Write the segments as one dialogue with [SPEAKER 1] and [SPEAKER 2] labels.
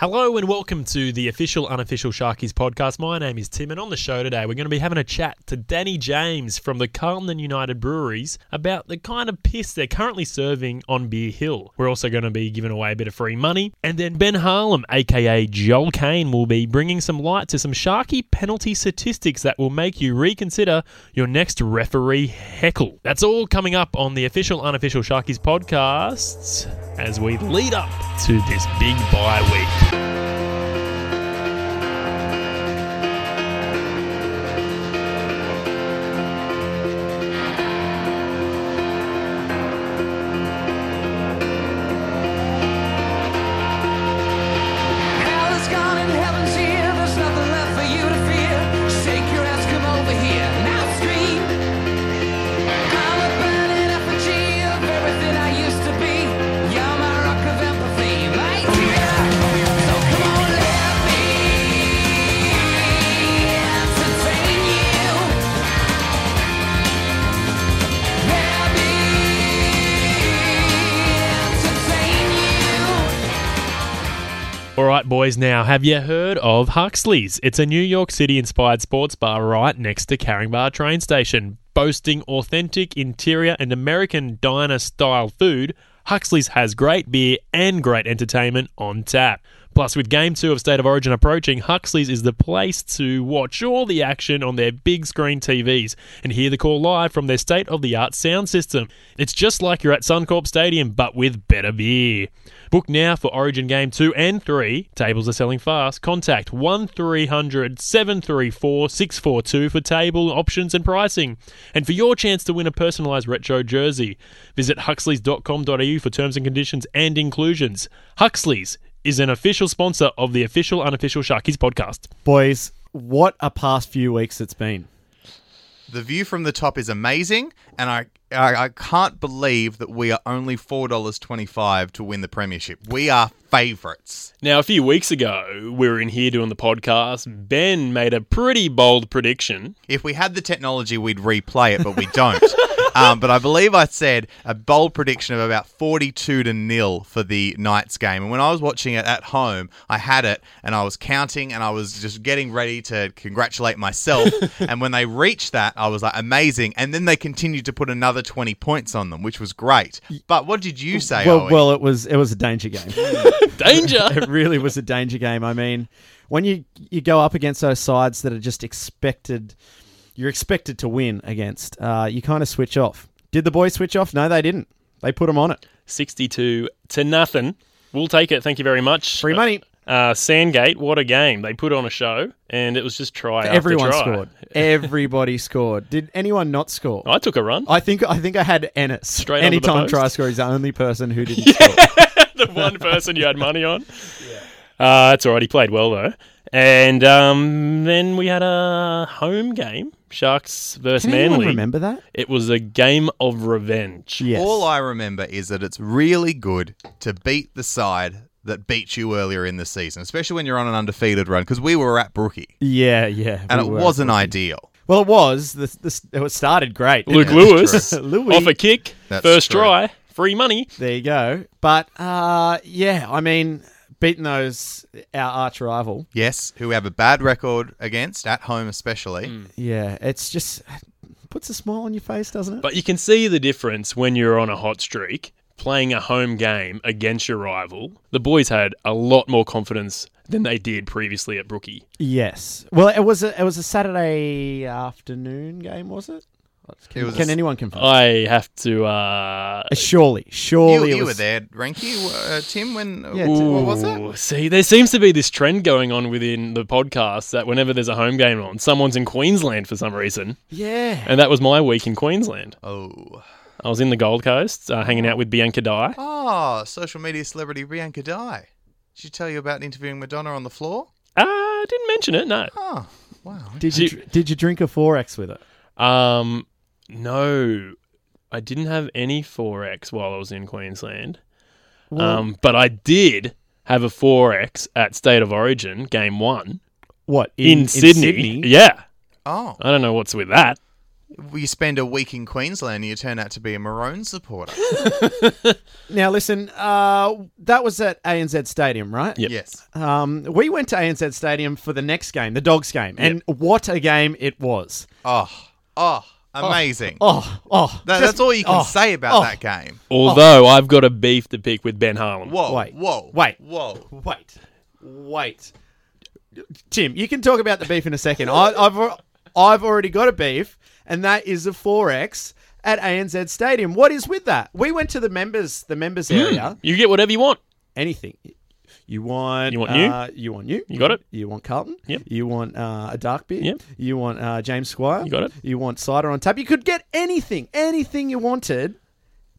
[SPEAKER 1] Hello and welcome to the official unofficial Sharkies podcast. My name is Tim, and on the show today, we're going to be having a chat to Danny James from the Carlton and United Breweries about the kind of piss they're currently serving on Beer Hill. We're also going to be giving away a bit of free money, and then Ben Harlem, aka Joel Kane, will be bringing some light to some Sharky penalty statistics that will make you reconsider your next referee heckle. That's all coming up on the official unofficial Sharkies podcasts as we lead up to this big bye week.
[SPEAKER 2] Hell is gone and heaven's here. There's nothing left for you to fear. Shake your ass, come over here. Now scream. I'm a burning effigy of everything I used to be. You're my rock of empathy, my dear. So come on, let me entertain you. Let me entertain you.
[SPEAKER 1] All right, boys, now have you heard of Huxley's? It's a New York City inspired sports bar right next to Caringbar train station. Boasting authentic interior and American diner style food, Huxley's has great beer and great entertainment on tap. Plus, with Game 2 of State of Origin approaching, Huxley's is the place to watch all the action on their big screen TVs and hear the call live from their state of the art sound system. It's just like you're at Suncorp Stadium, but with better beer. Book now for Origin Game 2 and 3. Tables are selling fast. Contact 1300 734 642 for table options and pricing. And for your chance to win a personalised retro jersey, visit huxleys.com.au for terms and conditions and inclusions. Huxley's is an official sponsor of the official unofficial Sharkies podcast.
[SPEAKER 3] Boys, what a past few weeks it's been.
[SPEAKER 4] The view from the top is amazing, and I I, I can't believe that we are only four dollars twenty five to win the premiership. We are favourites.
[SPEAKER 1] Now, a few weeks ago, we were in here doing the podcast. Ben made a pretty bold prediction.
[SPEAKER 4] If we had the technology, we'd replay it, but we don't. um, but I believe I said a bold prediction of about forty-two to nil for the Knights game. And when I was watching it at home, I had it, and I was counting, and I was just getting ready to congratulate myself. and when they reached that, I was like, amazing. And then they continued to put another twenty points on them, which was great. But what did you say?
[SPEAKER 3] well,
[SPEAKER 4] Owie?
[SPEAKER 3] well, it was it was a danger game.
[SPEAKER 1] Danger!
[SPEAKER 3] it really was a danger game. I mean, when you you go up against those sides that are just expected, you're expected to win against. Uh, you kind of switch off. Did the boys switch off? No, they didn't. They put them on it.
[SPEAKER 1] 62 to nothing. We'll take it. Thank you very much.
[SPEAKER 3] Free money.
[SPEAKER 1] Uh, Sandgate, what a game. They put on a show and it was just try after
[SPEAKER 3] Everyone
[SPEAKER 1] try.
[SPEAKER 3] scored. Everybody scored. Did anyone not score?
[SPEAKER 1] I took a run.
[SPEAKER 3] I think I think I had Ennis.
[SPEAKER 1] Straight onto the
[SPEAKER 3] Anytime
[SPEAKER 1] post.
[SPEAKER 3] try score, he's the only person who didn't score.
[SPEAKER 1] the one person you had money on. Uh, that's all right. He played well, though. And um, then we had a home game Sharks versus
[SPEAKER 3] Can anyone
[SPEAKER 1] Manly.
[SPEAKER 3] remember that?
[SPEAKER 1] It was a game of revenge.
[SPEAKER 3] Yes.
[SPEAKER 4] All I remember is that it's really good to beat the side that beat you earlier in the season, especially when you're on an undefeated run, because we were at Brookie
[SPEAKER 3] yeah, yeah.
[SPEAKER 4] and
[SPEAKER 3] we
[SPEAKER 4] it
[SPEAKER 3] were.
[SPEAKER 4] wasn't ideal.
[SPEAKER 3] Well, it was. This, this, it started great. didn't
[SPEAKER 1] Luke
[SPEAKER 3] it?
[SPEAKER 1] Lewis
[SPEAKER 3] true. Louis.
[SPEAKER 1] off a kick,
[SPEAKER 4] That's
[SPEAKER 1] first
[SPEAKER 4] true.
[SPEAKER 1] try, free money.
[SPEAKER 3] There you go. But uh, yeah, I mean, beating those our arch rival.
[SPEAKER 4] Yes, who have a bad record against, at home especially.
[SPEAKER 3] Yeah, it's just puts a smile on your face, doesn't it?
[SPEAKER 1] But you can see the difference when you're on a hot streak playing a home game against your rival. The boys had a lot more confidence than they did previously at Brookie.
[SPEAKER 3] yes. Well, it was a, it was a Saturday afternoon game, was it? Can,
[SPEAKER 4] It was a
[SPEAKER 3] can
[SPEAKER 4] s-
[SPEAKER 3] anyone confirm?
[SPEAKER 1] I have to uh
[SPEAKER 3] surely,
[SPEAKER 4] You,
[SPEAKER 3] surely it
[SPEAKER 4] you
[SPEAKER 3] was,
[SPEAKER 4] were there, Renky, uh, Tim, when
[SPEAKER 3] Yeah,
[SPEAKER 4] what
[SPEAKER 3] Tim.
[SPEAKER 4] was it?
[SPEAKER 1] Ooh, See, there seems to be this trend going on within the podcast that whenever there's a home game on, someone's in Queensland for some reason.
[SPEAKER 3] Yeah.
[SPEAKER 1] And that was my week in Queensland.
[SPEAKER 4] Oh,
[SPEAKER 1] I was in the Gold Coast uh, hanging out with Bianca Dye.
[SPEAKER 4] ah, social media celebrity Bianca Dye. Did she tell you about interviewing Madonna on the floor?
[SPEAKER 1] Uh, didn't mention it, no.
[SPEAKER 4] Oh, wow.
[SPEAKER 3] Did you
[SPEAKER 1] Did-
[SPEAKER 3] dr- did you drink a forex with it?
[SPEAKER 1] Um, no, I didn't have any forex while I was in Queensland. Um, but I did have a forex at State of Origin game one
[SPEAKER 3] What
[SPEAKER 1] in, Sydney. Yeah,
[SPEAKER 4] Oh,
[SPEAKER 1] I don't know what's with that.
[SPEAKER 4] you spend a week in Queensland and you turn out to be a Maroon supporter.
[SPEAKER 3] Now, listen, uh, that was at ANZ Stadium, right?
[SPEAKER 1] Yep.
[SPEAKER 4] Yes.
[SPEAKER 3] Um, we went to ANZ Stadium for the next game, the Dogs game, and what a game it was!
[SPEAKER 4] Oh, oh, amazing.
[SPEAKER 3] Oh, oh,
[SPEAKER 4] That-
[SPEAKER 3] just-
[SPEAKER 4] that's all you can
[SPEAKER 3] oh,
[SPEAKER 4] say about
[SPEAKER 3] oh.
[SPEAKER 4] that game.
[SPEAKER 1] Although I've got a beef to pick with Ben Harlan.
[SPEAKER 4] Whoa,
[SPEAKER 3] Wait,
[SPEAKER 4] whoa,
[SPEAKER 3] wait.
[SPEAKER 4] whoa.
[SPEAKER 3] Wait, wait, Tim, you can talk about the beef in a second. I, I've al- I've already got a beef, and that is the forex at ANZ Stadium. What is with that? We went to the members, the members
[SPEAKER 4] Hmm.
[SPEAKER 3] area.
[SPEAKER 1] You get whatever you want.
[SPEAKER 3] Anything. You want
[SPEAKER 1] You want
[SPEAKER 3] uh, you want you
[SPEAKER 1] You got it.
[SPEAKER 3] You want Carlton.
[SPEAKER 1] Yep.
[SPEAKER 3] You want uh, a dark beer.
[SPEAKER 1] Yep.
[SPEAKER 3] You want uh, James Squire.
[SPEAKER 1] You got it.
[SPEAKER 3] You want cider on tap. You could get anything, anything you wanted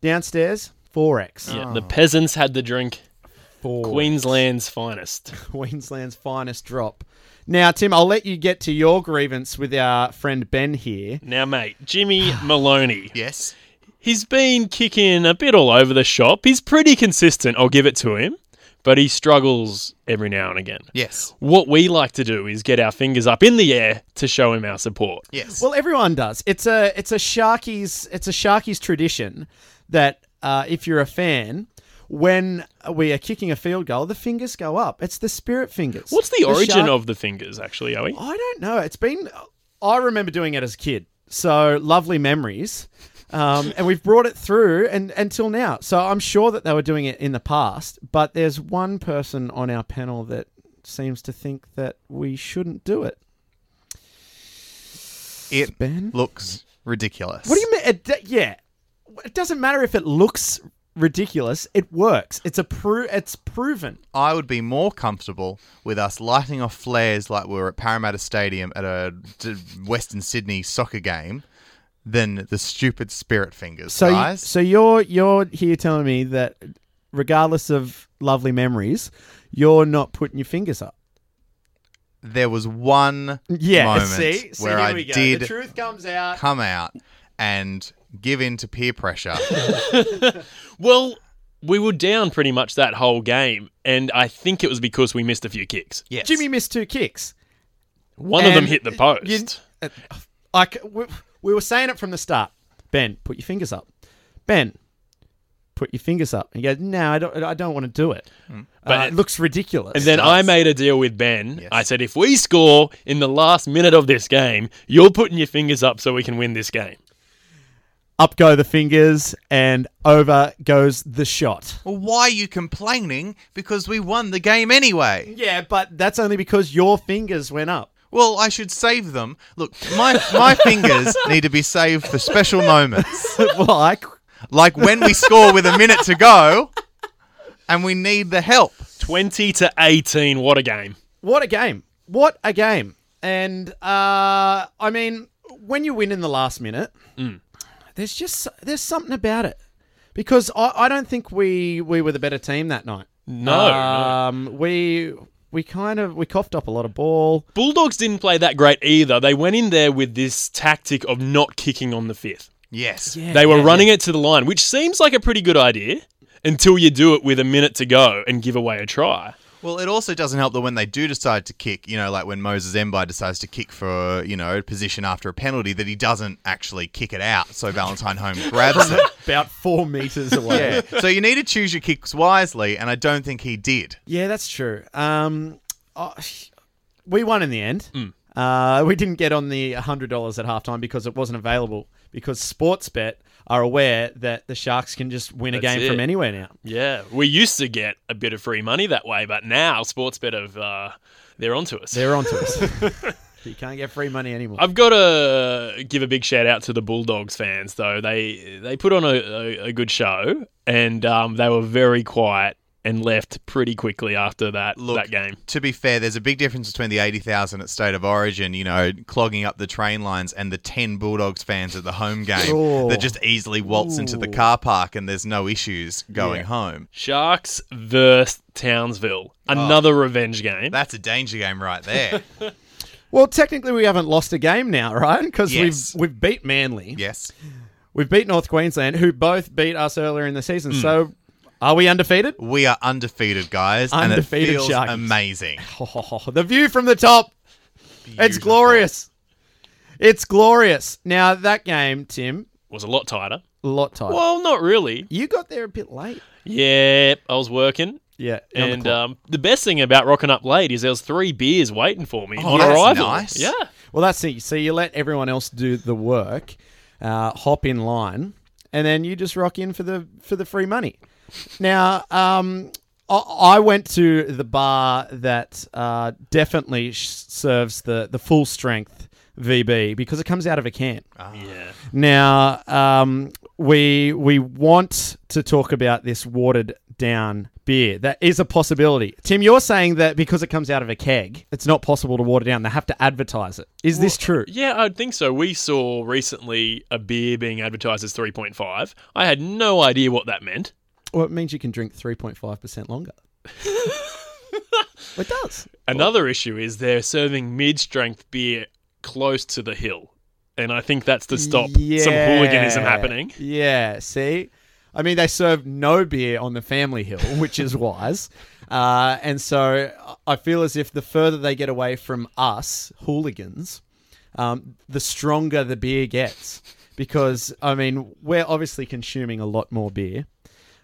[SPEAKER 3] downstairs. Forex.
[SPEAKER 1] Yeah, the peasants had the drink. Queensland's finest.
[SPEAKER 3] Queensland's finest drop. Now, Tim, I'll let you get to your grievance with our friend Ben here.
[SPEAKER 1] Now, mate, Jimmy Maloney.
[SPEAKER 4] Yes.
[SPEAKER 1] He's been kicking a bit all over the shop. He's pretty consistent, I'll give it to him, but he struggles every now and again.
[SPEAKER 4] Yes.
[SPEAKER 1] What we like to do is get our fingers up in the air to show him our support.
[SPEAKER 4] Yes.
[SPEAKER 3] Well, everyone does. It's a it's a Sharkies it's a Sharkies tradition that uh, if you're a fan, when we are kicking a field goal, the fingers go up. It's the spirit fingers.
[SPEAKER 1] What's the, origin
[SPEAKER 3] Shark-
[SPEAKER 1] of the fingers, actually, Owie?
[SPEAKER 3] I don't know. It's been. I remember doing it as a kid. So lovely memories. Um, and we've brought it through and until now. So I'm sure that they were doing it in the past, but there's one person on our panel that seems to think that we shouldn't do it.
[SPEAKER 4] it
[SPEAKER 3] Ben?
[SPEAKER 4] looks ridiculous.
[SPEAKER 3] What do you mean? It, d- yeah. It doesn't matter if it looks ridiculous. It works. It's a pro- it's proven.
[SPEAKER 4] I would be more comfortable with us lighting off flares like we were at Parramatta Stadium at a d- Western Sydney soccer game than the stupid spirit fingers,
[SPEAKER 3] So you,
[SPEAKER 4] guys.
[SPEAKER 3] so you're you're here telling me that regardless of lovely memories, you're not putting your fingers up.
[SPEAKER 4] there was one
[SPEAKER 3] Yeah,
[SPEAKER 4] moment
[SPEAKER 3] see, see
[SPEAKER 4] where
[SPEAKER 3] here
[SPEAKER 4] I
[SPEAKER 3] we go.
[SPEAKER 4] did
[SPEAKER 3] the truth comes out.
[SPEAKER 4] come out and give in to peer pressure.
[SPEAKER 1] Well, we were down pretty much that whole game, and I think it was because we missed a few kicks.
[SPEAKER 4] yes.
[SPEAKER 3] Jimmy missed two kicks.
[SPEAKER 1] One of them
[SPEAKER 3] And
[SPEAKER 1] hit the post.
[SPEAKER 3] you- uh, I c- we, we were saying it from the start. Ben, put your fingers up. Ben, put your fingers up. And you go, no, I don't. I don't want to do it.
[SPEAKER 4] Hmm.
[SPEAKER 3] But
[SPEAKER 1] But-
[SPEAKER 3] it looks ridiculous.
[SPEAKER 1] And then I
[SPEAKER 4] Nice.
[SPEAKER 1] made a deal with Ben.
[SPEAKER 4] Yes.
[SPEAKER 1] I said, if we score in the last minute of this game, you're putting your fingers up so we can win this game.
[SPEAKER 3] up go the fingers, and over goes the shot.
[SPEAKER 4] Well, why are you complaining? Because we won the game anyway.
[SPEAKER 3] Yeah, but that's only because your fingers went up.
[SPEAKER 4] Well, I should save them. Look, my my fingers need to be saved for special moments.
[SPEAKER 3] well, I c-
[SPEAKER 4] Like when we score with a minute to go and we need the help.
[SPEAKER 1] 20 to 18, what a game.
[SPEAKER 3] What a game. What a game. And uh, I mean, when you win in the last minute, there's just there's something about it. Because I, I don't think we we were the better team that night.
[SPEAKER 1] No, Ah.
[SPEAKER 3] Um we we kind of we coughed up a lot of ball.
[SPEAKER 1] Bulldogs didn't play that great either. They went in there with this tactic of not kicking on the fifth.
[SPEAKER 4] Yes.
[SPEAKER 1] They were running it to the line, which seems like a pretty good idea until you do it with a minute to go and give away a try.
[SPEAKER 4] Well, it also doesn't help that when they do decide to kick, you know, like when Moses Embi decides to kick for, you know, a position after a penalty, that he doesn't actually kick it out. So Valentine Home grabs it.
[SPEAKER 3] about four meters away.
[SPEAKER 4] Yeah. So you need to choose your kicks wisely, and I don't think he did.
[SPEAKER 3] Yeah, that's true. Um, oh, we won in the end.
[SPEAKER 1] Mm.
[SPEAKER 3] Uh, we didn't get on the hundred dollars at halftime because it wasn't available. Because Sportsbet are aware that the Sharks can just win a
[SPEAKER 1] That's
[SPEAKER 3] game
[SPEAKER 1] it.
[SPEAKER 3] from anywhere now.
[SPEAKER 1] Yeah, we used to get a bit of free money that way, but now Sportsbet have uh, they're onto us.
[SPEAKER 3] They're onto us. you can't get free money anymore.
[SPEAKER 1] I've got to give a big shout out to the Bulldogs fans, though. They they put on a, a, a good show, and um, they were very quiet and left pretty quickly after that
[SPEAKER 4] Look,
[SPEAKER 1] that game.
[SPEAKER 4] To be fair, there's a big difference between the 80,000 at State of Origin, you know, clogging up the train lines, and the 10 Bulldogs fans at the home game
[SPEAKER 3] Sure.
[SPEAKER 4] that just easily waltz into the car park and there's no issues going home.
[SPEAKER 1] Sharks versus Townsville, another revenge game.
[SPEAKER 4] That's a danger game right there.
[SPEAKER 3] well, technically, we haven't lost a game now, right? Because
[SPEAKER 4] Yes.
[SPEAKER 3] we've we've beat Manly,
[SPEAKER 4] yes.
[SPEAKER 3] we've beat North Queensland, who both beat us earlier in the season.
[SPEAKER 1] Mm.
[SPEAKER 3] So, are we undefeated?
[SPEAKER 4] We are undefeated, guys,
[SPEAKER 3] Undefeated
[SPEAKER 4] and it feels
[SPEAKER 3] Sharkies.
[SPEAKER 4] amazing.
[SPEAKER 3] the view from the top. It's
[SPEAKER 4] Beautiful.
[SPEAKER 3] glorious. It's glorious. Now that game, Tim,
[SPEAKER 1] was a lot tighter.
[SPEAKER 3] a lot tighter.
[SPEAKER 1] Well, not really.
[SPEAKER 3] You got there a bit late.
[SPEAKER 1] Yeah, I was working.
[SPEAKER 3] Yeah, on the
[SPEAKER 1] And
[SPEAKER 3] clock.
[SPEAKER 1] um, the best thing about rocking up late is there was three beers waiting for me
[SPEAKER 3] Oh,
[SPEAKER 1] on
[SPEAKER 4] that's
[SPEAKER 1] arrival.
[SPEAKER 4] nice.
[SPEAKER 1] Yeah,
[SPEAKER 3] well, that's it. So you let everyone else do the work, uh, hop in line, and then you just rock in for the for the free money. Now, um, I, I went to the bar that uh, definitely sh- serves the the full strength VB because it comes out of a can.
[SPEAKER 1] yeah.
[SPEAKER 3] Now, um, we we want to talk about this watered down beer. That is a possibility. Tim, you're saying that because it comes out of a keg, it's not possible to water down. They have to advertise it. Is this true?
[SPEAKER 1] Yeah, I'd think so. We saw recently a beer being advertised as 3.5. I had no idea what that meant.
[SPEAKER 3] Well, it means you can drink 3.5% longer. it does.
[SPEAKER 1] Another issue is they're serving mid-strength beer close to the hill, and I think that's to stop some hooliganism
[SPEAKER 3] Yeah.
[SPEAKER 1] happening.
[SPEAKER 3] Yeah, see? I mean, they serve no beer on the family hill, which is wise. Uh, and so I feel as if the further they get away from us, hooligans, um, the stronger the beer gets. Because, I mean, we're obviously consuming a lot more beer.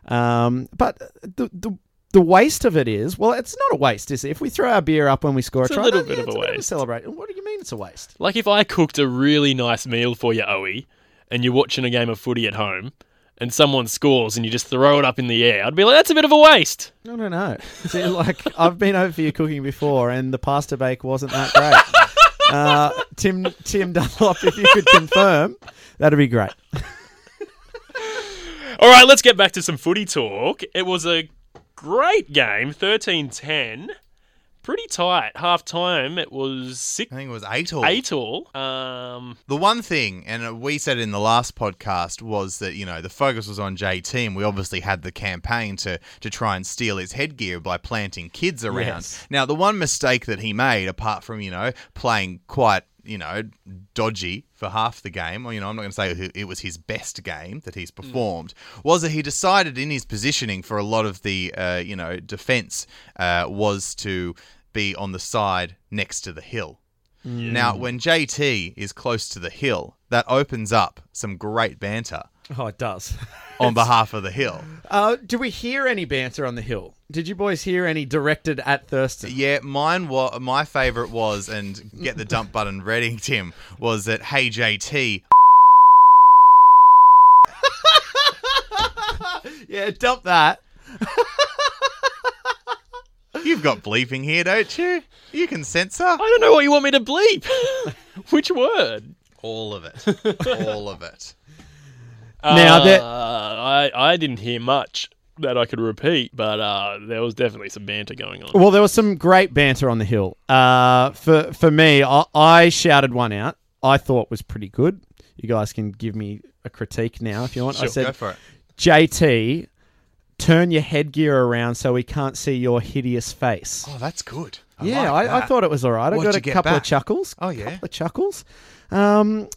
[SPEAKER 3] Um, but the, the, the waste of it is, well, it's not a waste, is it? If we throw our beer up when we score
[SPEAKER 1] It's a
[SPEAKER 3] a try,
[SPEAKER 1] little
[SPEAKER 3] no,
[SPEAKER 1] bit
[SPEAKER 3] yeah,
[SPEAKER 1] of
[SPEAKER 3] it's
[SPEAKER 1] a waste.
[SPEAKER 3] Celebrate. What do you mean it's a waste?
[SPEAKER 1] Like if I cooked a really nice meal for you, Owie, and you're watching a game of footy at home, and someone scores and you just throw it up in the air, I'd be like, that's a bit of a waste.
[SPEAKER 3] I don't know. See, like I've been over for your cooking before, and the pasta bake wasn't that great. Uh, Tim Tim Dunlop, if you could confirm, that'd be great.
[SPEAKER 1] All right, let's get back to some footy talk. It was a great game, 13-10. Pretty tight. Half time, it was six,
[SPEAKER 4] I think it was eight or
[SPEAKER 1] eight all. Um,
[SPEAKER 4] The one thing, and we said in the last podcast, was that you know the focus was on JT, and we obviously had the campaign to to try and steal his headgear by planting kids around.
[SPEAKER 3] Yes.
[SPEAKER 4] Now, the one mistake that he made, apart from you know playing quite you know dodgy for half the game, or you know I'm not going to say it- it was his best game that he's performed, was that he decided in his positioning for a lot of the uh, you know defense uh, was to be on the side next to the hill. Now, when JT is close to the hill, that opens up some great banter
[SPEAKER 3] Oh, it does.
[SPEAKER 4] on behalf of the hill.
[SPEAKER 3] Uh, do we hear any banter on the hill? Did you boys hear any directed at Thurston?
[SPEAKER 4] Yeah, mine wa- my favorite was and get the dump button ready, Tim, was that hey JT
[SPEAKER 3] Yeah, dump that.
[SPEAKER 4] You've got bleeping here, don't you? You can censor
[SPEAKER 1] I don't know what you want me to bleep. Which word?
[SPEAKER 4] all of it. All of it.
[SPEAKER 3] Now that-
[SPEAKER 1] Uh, I I didn't hear much that I could repeat, but uh, there was definitely some banter going on.
[SPEAKER 3] Well, there was some great banter on the hill. Uh, for for me, I, I shouted one out. I thought was pretty good. You guys can give me a critique now if you want. I
[SPEAKER 1] Sure,
[SPEAKER 3] said,
[SPEAKER 4] Go for it.
[SPEAKER 3] JT, turn your headgear around so we can't see your hideous face.
[SPEAKER 4] Oh, that's good. I
[SPEAKER 3] yeah,
[SPEAKER 4] like
[SPEAKER 3] I, I
[SPEAKER 4] that.
[SPEAKER 3] thought it was all right. I
[SPEAKER 4] What'd
[SPEAKER 3] got
[SPEAKER 4] you
[SPEAKER 3] a
[SPEAKER 4] get
[SPEAKER 3] couple of
[SPEAKER 4] back?
[SPEAKER 3] chuckles.
[SPEAKER 4] Oh, yeah.
[SPEAKER 3] couple of chuckles. Um,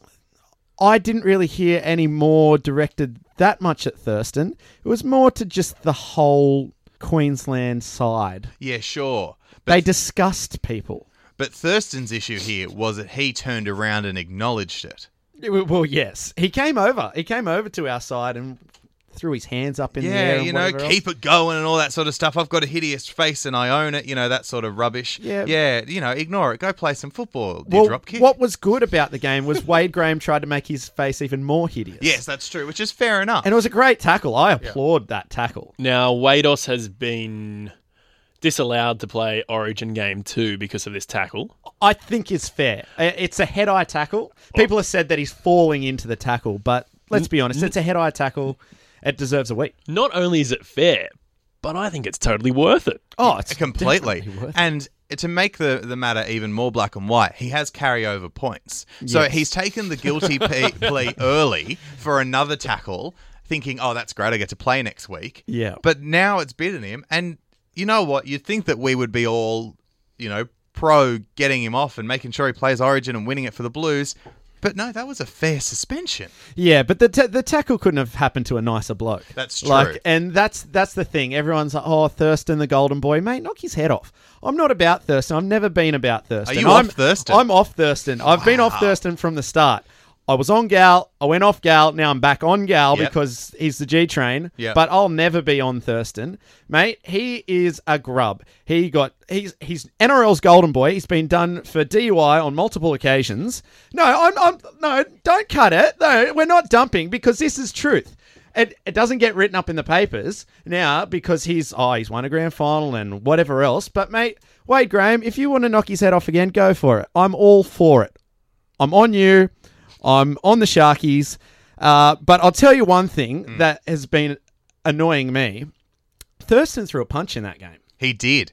[SPEAKER 3] I didn't really hear any more directed that much at Thurston. It was more to just the whole Queensland side.
[SPEAKER 4] Yeah, sure. But
[SPEAKER 3] They discussed people.
[SPEAKER 4] but Thurston's issue here was that he turned around and acknowledged it.
[SPEAKER 3] Well, yes, he came over. He came over to our side and threw his hands up in the air.
[SPEAKER 4] Yeah,
[SPEAKER 3] and
[SPEAKER 4] you know,
[SPEAKER 3] whatever else.
[SPEAKER 4] keep it going and all that sort of stuff. I've got a hideous face and I own it. You know that sort of rubbish.
[SPEAKER 3] Yeah.
[SPEAKER 4] yeah. You know, ignore it. Go play some football. You
[SPEAKER 3] Well,
[SPEAKER 4] drop kick.
[SPEAKER 3] what was good about the game was Wade Graham tried to make his face even more hideous.
[SPEAKER 4] Yes, that's true. Which is fair enough.
[SPEAKER 3] And it was a great tackle. I applaud that tackle.
[SPEAKER 1] Now, Wados has been disallowed to play Origin Game 2 because of this tackle.
[SPEAKER 3] I think it's fair. I- It's a head eye tackle.
[SPEAKER 4] Oh.
[SPEAKER 3] People have said that he's falling into the tackle, but let's be
[SPEAKER 4] Mm-hmm.
[SPEAKER 3] honest, it's a head eye tackle. It deserves a week.
[SPEAKER 1] Not only is it fair, but I think it's totally worth it.
[SPEAKER 3] Oh, it's
[SPEAKER 4] completely.
[SPEAKER 3] definitely worth it.
[SPEAKER 4] And to make the, the matter even more black and white, he has carryover points. So
[SPEAKER 3] Yes.
[SPEAKER 4] he's taken the guilty pe- plea early for another tackle, thinking, oh, that's great. I get to play next week.
[SPEAKER 3] Yeah.
[SPEAKER 4] But now it's bitten him. And you know what? You'd think that we would be all, you know, pro getting him off and making sure he plays Origin and winning it for the Blues. But no, that was a fair suspension.
[SPEAKER 3] Yeah, but the ta the tackle couldn't have happened to a nicer bloke.
[SPEAKER 4] That's true.
[SPEAKER 3] Like, and that's that's the thing. Everyone's like, "Oh, Thurston, the golden boy, mate, knock his head off." I'm not about Thurston. I've never been about Thurston.
[SPEAKER 4] you off
[SPEAKER 3] I'm,
[SPEAKER 4] Thurston?
[SPEAKER 3] I'm off Thurston. I've been off Thurston from the start. I was on Gal. I went off Gal. Now I'm back on Gal
[SPEAKER 4] Yep.
[SPEAKER 3] because he's the G train.
[SPEAKER 4] Yep.
[SPEAKER 3] But I'll never be on Thurston, mate. He is a grub. He got he's he's NRL's golden boy. He's been done for DUI on multiple occasions. No, I'm, I'm no, don't cut it. No, we're not dumping because this is truth. It, it doesn't get written up in the papers now because he's oh he's won a grand final and whatever else. But mate, Wade Graham, if you want to knock his head off again, go for it. I'm all for it. I'm on you. I'm on the Sharkies. Uh, but I'll tell you one thing that has been annoying me. Thurston threw a punch in that game.
[SPEAKER 4] He did.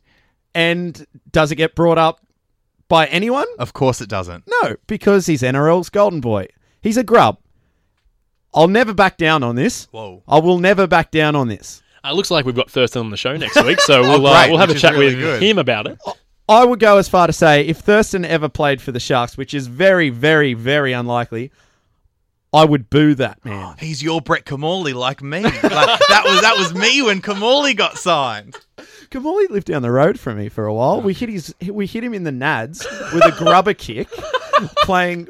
[SPEAKER 3] And does it get brought up by anyone?
[SPEAKER 4] Of course it doesn't.
[SPEAKER 3] No, because he's NRL's golden boy. He's a grub. I'll never back down on this.
[SPEAKER 4] Whoa.
[SPEAKER 3] I will never back down on this.
[SPEAKER 1] Uh, looks like we've got Thurston on the show next week, so
[SPEAKER 3] Oh,
[SPEAKER 1] we'll, uh,
[SPEAKER 4] great,
[SPEAKER 1] we'll have a
[SPEAKER 4] which is
[SPEAKER 1] chat
[SPEAKER 4] really
[SPEAKER 1] with
[SPEAKER 4] good.
[SPEAKER 1] him about it.
[SPEAKER 3] I would go as far to say if Thurston ever played for the Sharks, which is very, very, very unlikely, I would boo that man.
[SPEAKER 4] He's your Brett Kamali like me. Like, that was that was me when Kamali got signed.
[SPEAKER 3] Kamali lived down the road from me for a while.
[SPEAKER 4] Oh.
[SPEAKER 3] We hit his, we hit him in the nads with a grubber kick, playing.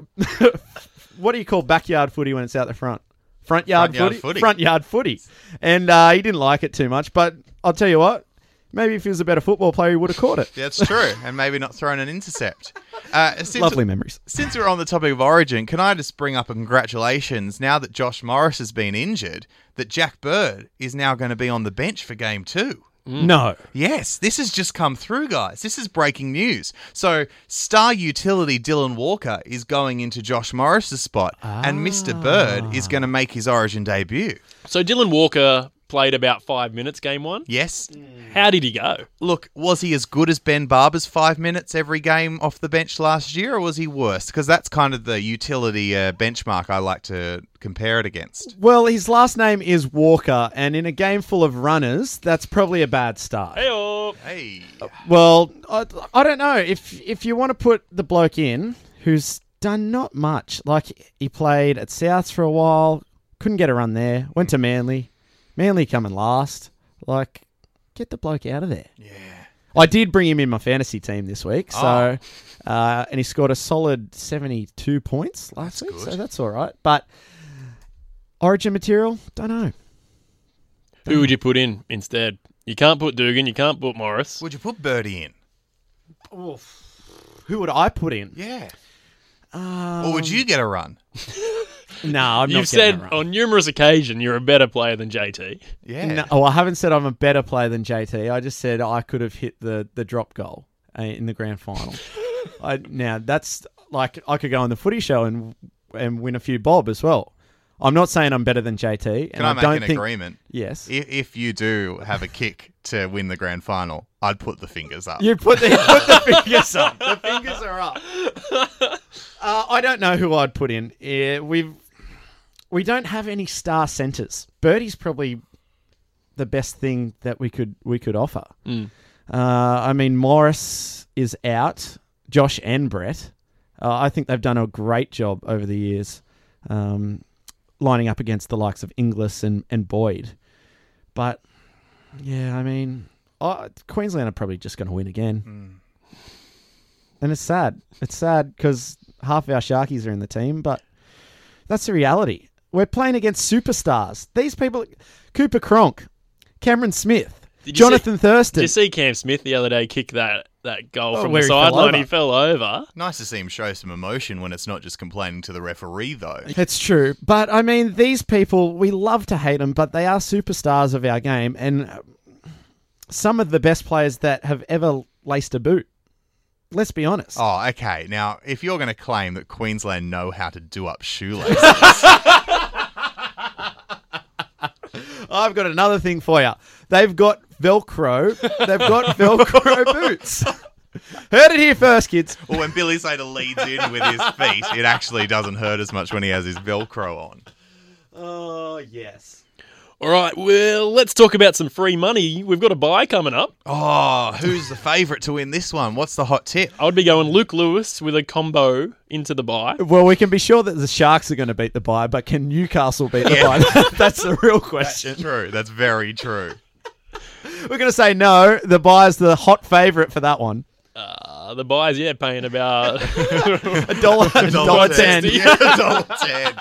[SPEAKER 3] what do you call backyard footy when it's out the front? Front yard,
[SPEAKER 4] Front yard
[SPEAKER 3] footy,
[SPEAKER 4] footy.
[SPEAKER 3] Front yard footy, and uh, he didn't like it too much. But I'll tell you what, maybe if he was a better football player, he would have caught it.
[SPEAKER 4] That's true. And maybe not thrown an intercept. Uh, since,
[SPEAKER 3] Lovely memories.
[SPEAKER 4] Since we're on the topic of Origin, can I just bring up a congratulations now that Josh Morris has been injured, that Jack Bird is now going to be on the bench for game two?
[SPEAKER 3] No,
[SPEAKER 4] Yes, this has just come through, guys. This is breaking news. So, star utility Dylan Walker is going into Josh Morris's spot, and Mr. Bird is going to make his Origin debut.
[SPEAKER 1] So Dylan Walker played about five minutes game one.
[SPEAKER 4] Yes.
[SPEAKER 1] How did he go?
[SPEAKER 4] Look, was he as good as Ben Barber's five minutes every game off the bench last year, or was he worse? Because that's kind of the utility uh, benchmark I like to compare it against.
[SPEAKER 3] well, his last name is Walker, and in a game full of runners, that's probably a bad start.
[SPEAKER 1] Hey-o.
[SPEAKER 4] Hey.
[SPEAKER 3] Well, I, I don't know if if you want to put the bloke in who's done not much. Like he played at Souths for a while, couldn't get a run there. Went to Manly, Manly coming last. Like, get the bloke out of there. Yeah. I did bring him in my fantasy team this week, so uh, and he scored a solid seventy-two points last week, so that's all right. But origin material, don't know.
[SPEAKER 1] Who would you put in instead? You can't put Dugan. You can't put Morris.
[SPEAKER 4] Would you put Birdie in?
[SPEAKER 3] Who would I put in?
[SPEAKER 4] Yeah. or would you get a run?
[SPEAKER 3] No, I'm
[SPEAKER 1] You've
[SPEAKER 3] not. getting
[SPEAKER 1] said
[SPEAKER 3] it right.
[SPEAKER 1] on numerous occasions you're a better player than JT.
[SPEAKER 4] Yeah.
[SPEAKER 3] No, well, I haven't said I'm a better player than JT. I just said I could have hit the, the drop goal uh, in the grand final. I, now that's like I could go on the footy show and and win a few bob as well. I'm not saying I'm better than JT. And
[SPEAKER 4] Can I make
[SPEAKER 3] don't
[SPEAKER 4] an
[SPEAKER 3] think,
[SPEAKER 4] agreement?
[SPEAKER 3] Yes.
[SPEAKER 4] If, if you do have a kick to win the grand final, I'd put the fingers up.
[SPEAKER 3] You put the, put the fingers up. The fingers are up. Uh, I don't know who I'd put in. Yeah, we've we don't have any star centers. Birdie's probably the best thing that we could we could offer. Uh, I mean, Morris is out. Josh and Brett. Uh, I think they've done a great job over the years, um, lining up against the likes of Inglis and, and Boyd. But yeah, I mean, I Queensland are probably just going to win again.
[SPEAKER 1] Hmm.
[SPEAKER 3] And it's sad. It's sad because half our Sharkies are in the team, but that's the reality. We're playing against superstars. These people, Cooper Cronk, Cameron Smith,
[SPEAKER 1] Did you see-
[SPEAKER 3] Jonathan Thurston.
[SPEAKER 1] Did you see Cam Smith the other day kick that, that goal
[SPEAKER 3] Oh,
[SPEAKER 1] from
[SPEAKER 3] where
[SPEAKER 1] the
[SPEAKER 3] he fell
[SPEAKER 1] sideline?
[SPEAKER 3] over.
[SPEAKER 1] He fell over.
[SPEAKER 4] Nice to see him show some emotion when it's not just complaining to the referee, though.
[SPEAKER 3] It's true, but I mean, these people we love to hate them, but they are superstars of our game, and uh, some of the best players that have ever laced a boot. Let's be honest.
[SPEAKER 4] Oh, okay. Now, if you're going to claim that Queensland know how to do up shoelaces,
[SPEAKER 3] I've got another thing for you. They've got Velcro. They've got Velcro boots. Heard it here first, kids.
[SPEAKER 4] or when Billy Slater leads in with his feet, it actually doesn't hurt as much when he has his Velcro on.
[SPEAKER 3] Oh yes.
[SPEAKER 1] All right, well, let's talk about some free money. We've got a buy coming up.
[SPEAKER 4] Oh, who's the favourite to win this one? What's the hot tip?
[SPEAKER 1] I would be going Luke Lewis with a combo into the buy.
[SPEAKER 3] Well, we can be sure that the Sharks are going to beat the buy, but can Newcastle beat the
[SPEAKER 4] Yeah.
[SPEAKER 3] buy? That's the real question.
[SPEAKER 4] True. That's very true.
[SPEAKER 3] We're going to say no. The buy's the hot favourite for that one.
[SPEAKER 1] Uh, the buy's, yeah, paying about. uh,
[SPEAKER 3] A dollar, a dollar ten.
[SPEAKER 1] ten.
[SPEAKER 4] Yeah, dollar ten.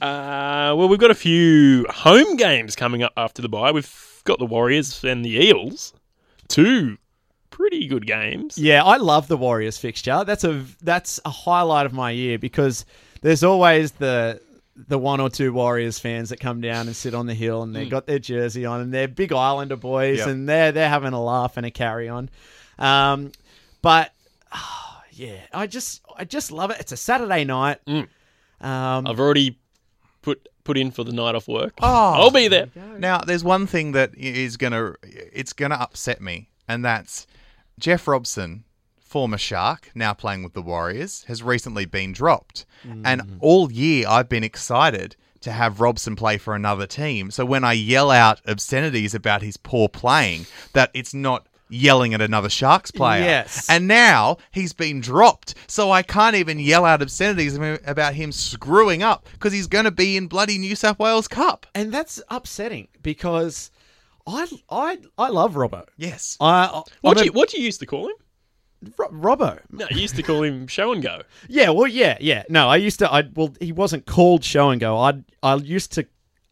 [SPEAKER 1] Uh, well, we've got a few home games coming up after the bye. We've got the Warriors and the Eels. Two pretty good games.
[SPEAKER 3] Yeah, I love the Warriors fixture. That's a that's a highlight of my year because there's always the the one or two Warriors fans that come down and sit on the hill and they've
[SPEAKER 1] Mm.
[SPEAKER 3] got their jersey on and they're big Islander boys
[SPEAKER 4] Yep.
[SPEAKER 3] and they're they're having a laugh and a carry on. Um, but ah, yeah, I just I just love it. It's a Saturday night.
[SPEAKER 1] Mm.
[SPEAKER 3] Um,
[SPEAKER 1] I've already put put in for the night off work.
[SPEAKER 4] Oh.
[SPEAKER 1] I'll be there.
[SPEAKER 4] Now, there's one thing that is gonna it's gonna upset me, and that's Jeff Robson, former Shark, now playing with the Warriors, has recently been dropped. And all year, I've been excited to have Robson play for another team. So when I yell out obscenities about his poor playing, that it's not. Yelling at another Sharks player.
[SPEAKER 3] Yes.
[SPEAKER 4] And now he's been dropped, so I can't even yell out obscenities about him screwing up because he's going to be in bloody New South Wales Cup.
[SPEAKER 3] and that's upsetting because I I I love Robbo.
[SPEAKER 4] Yes.
[SPEAKER 3] I,
[SPEAKER 1] What
[SPEAKER 3] I'm
[SPEAKER 1] do you what do you used to call him?
[SPEAKER 3] a, Ro- Robbo.
[SPEAKER 1] No, you used to call him show and go.
[SPEAKER 3] Yeah, well, yeah, yeah. No, I used to. I well, he wasn't called show and go. I I used to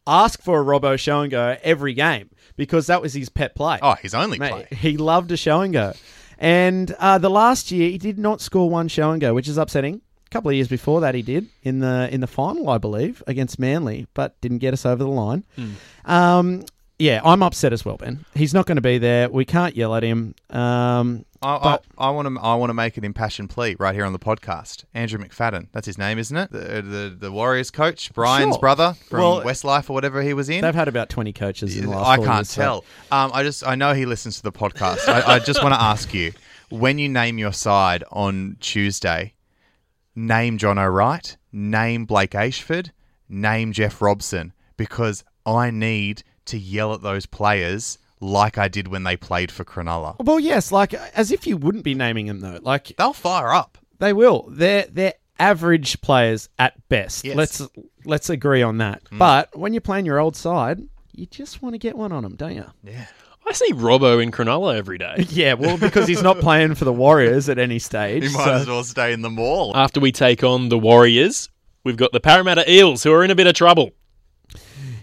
[SPEAKER 3] ask for a Robbo show and go every game because that was his pet play.
[SPEAKER 4] Oh, his only
[SPEAKER 3] Mate,
[SPEAKER 4] play.
[SPEAKER 3] he loved a show and go. And uh, the last year, he did not score one show and go, which is upsetting. A couple of years before that, he did in the in the final, I believe, against Manly, but didn't get us over the line.
[SPEAKER 4] Hmm.
[SPEAKER 3] Um, yeah, I'm upset as well, Ben. He's not going to be there. We can't yell at him. Um,
[SPEAKER 4] I, I, I want to I want to make an impassioned plea right here on the podcast. Andrew McFadden, that's his name, isn't it? The the, the Warriors coach, Brian's
[SPEAKER 3] Sure.
[SPEAKER 4] brother from
[SPEAKER 3] Well-
[SPEAKER 4] Westlife or whatever he was in.
[SPEAKER 3] they've had about 20 coaches in the last.
[SPEAKER 4] I
[SPEAKER 3] four
[SPEAKER 4] can't
[SPEAKER 3] years, so-
[SPEAKER 4] tell. Um, I just I know he listens to the podcast. I, I just want to ask you when you name your side on Tuesday, name John O'Wright, name Blake Ashford, name Jeff Robson, because I need to yell at those players like I did when they played for Cronulla.
[SPEAKER 3] Well, yes, like as if you wouldn't be naming them though. Like
[SPEAKER 4] They'll fire up.
[SPEAKER 3] they will. They're they're average players at best.
[SPEAKER 4] Yes. Mm.
[SPEAKER 3] Let's let's agree on that. But when you're playing your old side, you just want to get one on them, don't you?
[SPEAKER 1] I see Robbo in Cronulla every day.
[SPEAKER 3] Yeah, well, because he's not playing for the Warriors at any stage.
[SPEAKER 4] You might
[SPEAKER 3] so-
[SPEAKER 4] as well stay in the mall. Uh,
[SPEAKER 1] After we take on the Warriors, we've got the Parramatta Eels who are in a bit of trouble.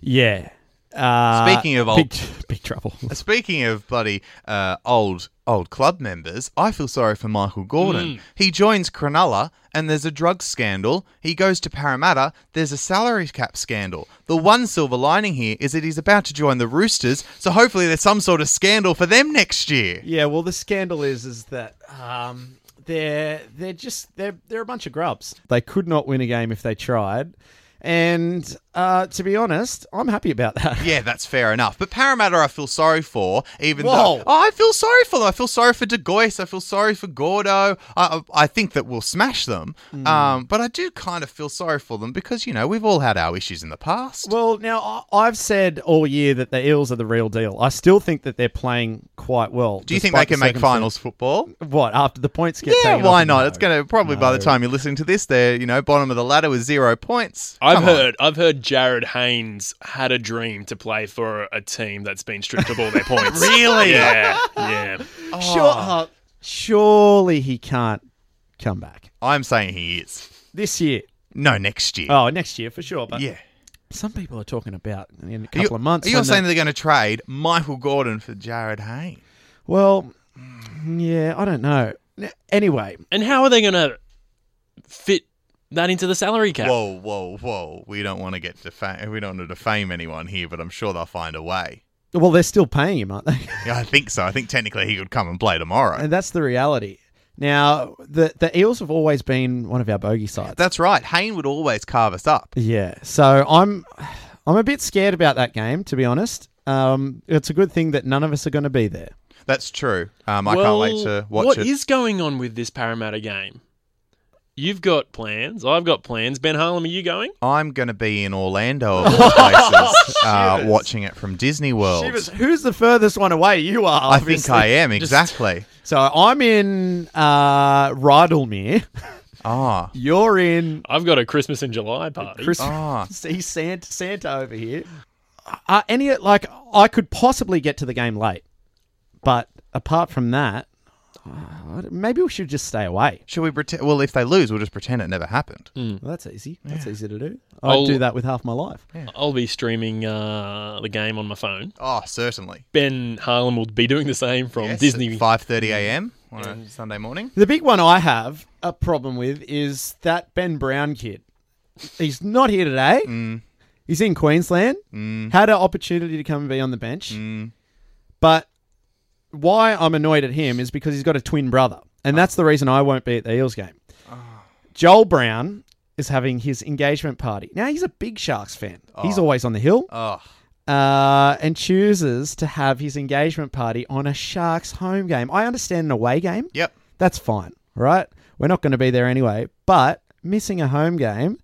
[SPEAKER 3] Yeah. Uh,
[SPEAKER 4] Speaking of old-
[SPEAKER 3] big, big trouble.
[SPEAKER 4] Speaking of bloody uh, old old club members, I feel sorry for Michael Gordon. He joins Cronulla and there's a drug scandal. He goes to Parramatta, there's a salary cap scandal. The one silver lining here is that he's about to join the Roosters, so hopefully there's some sort of scandal for them next year.
[SPEAKER 3] Yeah, well, the scandal is is that um, they're they're just they're they're a bunch of grubs. They could not win a game if they tried, and uh, to be honest, I'm happy about that.
[SPEAKER 4] Yeah, that's fair enough. But Parramatta, I feel sorry for, even
[SPEAKER 3] Whoa.
[SPEAKER 4] though oh, I feel sorry for them. I feel sorry for De Goyce. I feel sorry for Gordo. I, I, I think that we'll smash them.
[SPEAKER 3] Hmm.
[SPEAKER 4] Um, but I do kind of feel sorry for them because you know we've all had our issues in the past.
[SPEAKER 3] Well, now I- I've said all year that the Eels are the real deal. I still think that they're playing quite well.
[SPEAKER 4] do you think they
[SPEAKER 3] despite
[SPEAKER 4] can
[SPEAKER 3] the
[SPEAKER 4] make finals football?
[SPEAKER 3] circumstan- What after the points get?
[SPEAKER 4] Yeah,
[SPEAKER 3] taken
[SPEAKER 4] why
[SPEAKER 3] off?
[SPEAKER 4] not?
[SPEAKER 3] No.
[SPEAKER 4] It's going to probably by the time you're listening to this, they're you know bottom of the ladder with zero points.
[SPEAKER 1] I've
[SPEAKER 4] Come on.
[SPEAKER 1] heard I've heard Jared Haynes had a dream to play for a team that's been stripped of all their points.
[SPEAKER 4] Really?
[SPEAKER 1] Yeah. Yeah.
[SPEAKER 3] Sure, uh, surely he can't come back
[SPEAKER 4] I'm saying he is.
[SPEAKER 3] this year.
[SPEAKER 4] No, next year.
[SPEAKER 3] Oh, next year for sure. But
[SPEAKER 4] yeah.
[SPEAKER 3] some people are talking about in a
[SPEAKER 4] Are
[SPEAKER 3] couple
[SPEAKER 4] you-
[SPEAKER 3] of months.
[SPEAKER 4] Are you
[SPEAKER 3] when
[SPEAKER 4] saying
[SPEAKER 3] the-
[SPEAKER 4] they're going to trade Michael Gordon for Jared Hayne?
[SPEAKER 3] well, yeah, I don't know. N- Anyway,
[SPEAKER 1] And how are they going to fit that into the salary cap?
[SPEAKER 4] Whoa, whoa, whoa! We don't want to get defame. We don't want to defame anyone here, but I'm sure they'll find a way.
[SPEAKER 3] well, they're still paying him, aren't they?
[SPEAKER 4] Yeah, I think so. I think technically he could come and play tomorrow.
[SPEAKER 3] and that's the reality. Now, the the Eels have always been one of our bogey sides.
[SPEAKER 4] That's right. Hayne would always carve us up.
[SPEAKER 3] Yeah, so I'm I'm a bit scared about that game, to be honest. Um, it's a good thing that none of us are going to be there.
[SPEAKER 4] That's true. Um, I
[SPEAKER 1] Well,
[SPEAKER 4] can't wait to watch
[SPEAKER 1] What
[SPEAKER 4] it.
[SPEAKER 1] is going on with this Parramatta game? You've got plans. I've got plans. Ben Harlem, are you going?
[SPEAKER 4] I'm going to be in Orlando of all places, uh, watching it from Disney World.
[SPEAKER 3] Shivers, who's the furthest one away? You are.
[SPEAKER 4] I think
[SPEAKER 3] obviously.
[SPEAKER 4] I am
[SPEAKER 3] Just-
[SPEAKER 4] exactly.
[SPEAKER 3] so I'm in uh, Rydalmere.
[SPEAKER 4] Ah,
[SPEAKER 3] You're in
[SPEAKER 1] I've got a Christmas in July party.
[SPEAKER 3] Chris.
[SPEAKER 4] Ah.
[SPEAKER 3] See Santa, Santa over here. Uh, any like I could possibly get to the game late, but apart from that, uh, maybe we should just stay away.
[SPEAKER 4] should we pretend? Well, if they lose, we'll just pretend it never happened.
[SPEAKER 3] Well, that's easy. That's easy to do.
[SPEAKER 1] I'll-
[SPEAKER 3] I'd do that with half my life.
[SPEAKER 1] I'll be streaming uh, the game on my phone.
[SPEAKER 4] Oh, certainly.
[SPEAKER 1] Ben Harlem will be doing the same from
[SPEAKER 4] Yes,
[SPEAKER 1] Disney.
[SPEAKER 4] at 5:30 a.m. on a Sunday morning.
[SPEAKER 3] The big one I have a problem with is that Ben Brown kid. He's not here today. He's in Queensland. Had an opportunity to come and be on the bench. But why I'm annoyed at him is because he's got a twin brother. And that's the reason I won't be at the Eels game. Joel Brown is having his engagement party. Now, he's a big Sharks fan. He's always on the hill
[SPEAKER 4] Oh,
[SPEAKER 3] uh, and chooses to have his engagement party on a Sharks home game. I understand an away game.
[SPEAKER 4] yep.
[SPEAKER 3] That's fine, right? We're not going to be there anyway. But missing a home game,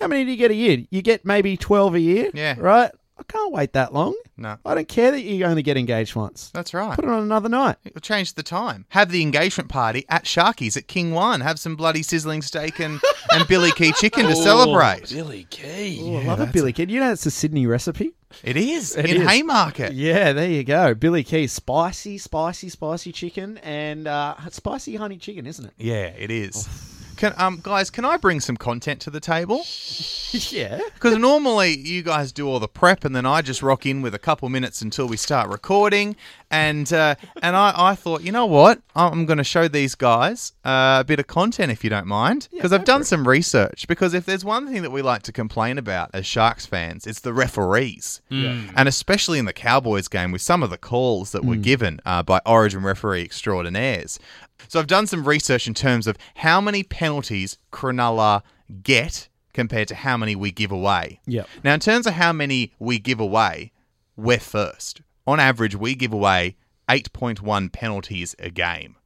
[SPEAKER 3] how many do you get a year? You get maybe 12 a year,
[SPEAKER 4] Yeah.
[SPEAKER 3] right? I can't wait that long.
[SPEAKER 4] No,
[SPEAKER 3] I don't care that you only get engaged once.
[SPEAKER 4] that's right.
[SPEAKER 3] Put it on another night.
[SPEAKER 4] It'll change the time. Have the engagement party at Sharky's at King One. Have some bloody sizzling steak and, and Billy Key chicken to
[SPEAKER 1] Oh,
[SPEAKER 4] celebrate.
[SPEAKER 1] Billy Key.
[SPEAKER 3] Ooh, I love a Billy Kid. You know it's a Sydney recipe.
[SPEAKER 4] It is
[SPEAKER 3] It
[SPEAKER 4] in
[SPEAKER 3] is.
[SPEAKER 4] Haymarket.
[SPEAKER 3] Yeah, there you go. Billy Key, spicy, spicy, spicy chicken and uh, spicy honey chicken, isn't it?
[SPEAKER 4] Yeah, it is. Can, um, guys, can I bring some content to the table?
[SPEAKER 3] yeah.
[SPEAKER 4] Because normally you guys do all the prep, and then I just rock in with a couple minutes until we start recording. And uh, and I, I thought, you know what, I'm going to show these guys uh, a bit of content if you don't mind, because I've done some research. Because if there's one thing that we like to complain about as Sharks fans, it's the referees, and especially in the Cowboys game with some of the calls that were given uh, by Origin referee extraordinaires. So I've done some research in terms of how many penalties Cronulla get compared to how many we give away.
[SPEAKER 3] Yep.
[SPEAKER 4] Now, in terms of how many we give away, we're first. On average, we give away 8.1 penalties a game.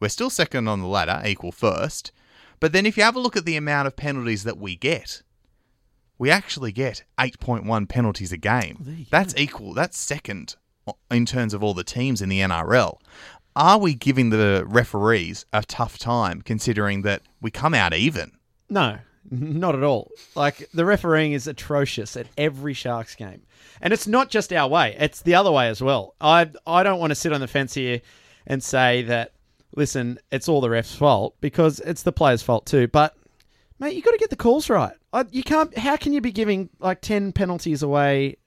[SPEAKER 4] We're still second on the ladder, equal first. But then if you have a look at the amount of penalties that we get, we actually get 8.1 penalties a game. That's equal, that's second o- in terms of all the teams in the NRL. Are we giving the referees a tough time considering that we come out even?
[SPEAKER 3] No, not at all. Like the refereeing is atrocious at every Sharks game, and it's not just our way; it's the other way as well. I I don't want to sit on the fence here and say that. Listen, it's all the ref's fault because it's the players' fault too. But mate, you got to get the calls right. I, you can't. How can you be giving like ten penalties away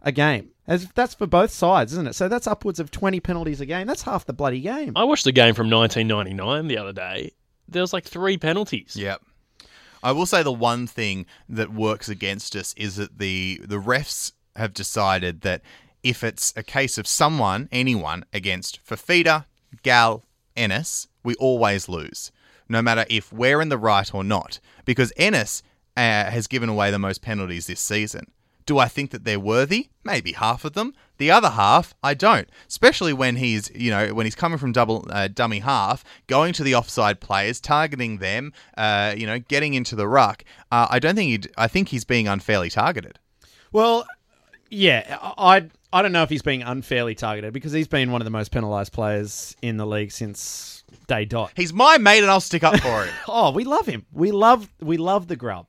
[SPEAKER 3] a game? As that's for both sides, isn't it? So that's upwards of twenty penalties a game. That's half the bloody game.
[SPEAKER 1] I watched a game from 1999 the other day. There was like three penalties.
[SPEAKER 4] Yep. I will say the one thing that works against us is that the the refs have decided that if it's a case of someone, anyone against Fafita, Gal, Ennis, we always lose, no matter if we're in the right or not, because Ennis uh, has given away the most penalties this season. Do I think that they're worthy? Maybe half of them. The other half, I don't. Especially when he's, you know, when he's coming from double uh, dummy half, going to the offside players, targeting them, uh, you know, getting into the ruck. Uh, I don't think he. I think he's being unfairly targeted.
[SPEAKER 3] Well, yeah, I I- I don't know if he's being unfairly targeted because he's been one of the most penalised players in the league since day dot.
[SPEAKER 4] He's my mate, and I'll stick up for him.
[SPEAKER 3] Oh, we love him. We love we love the grub.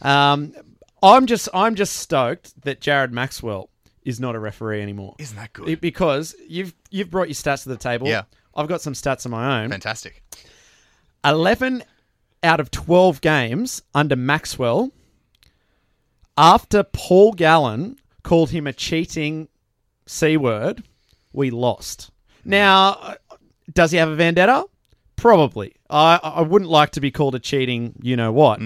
[SPEAKER 3] Um, I'm just I'm just stoked that Jared Maxwell is not a referee anymore.
[SPEAKER 4] Isn't that good?
[SPEAKER 3] It- because you've you've brought your stats to the table.
[SPEAKER 4] Yeah.
[SPEAKER 3] I've got some stats of my own.
[SPEAKER 4] Fantastic.
[SPEAKER 3] 11 out of 12 games under Maxwell after Paul Gallen called him a cheating C word, we lost. Now, uh, does he have a vendetta? Probably. I, I wouldn't like to be called a cheating, you know what.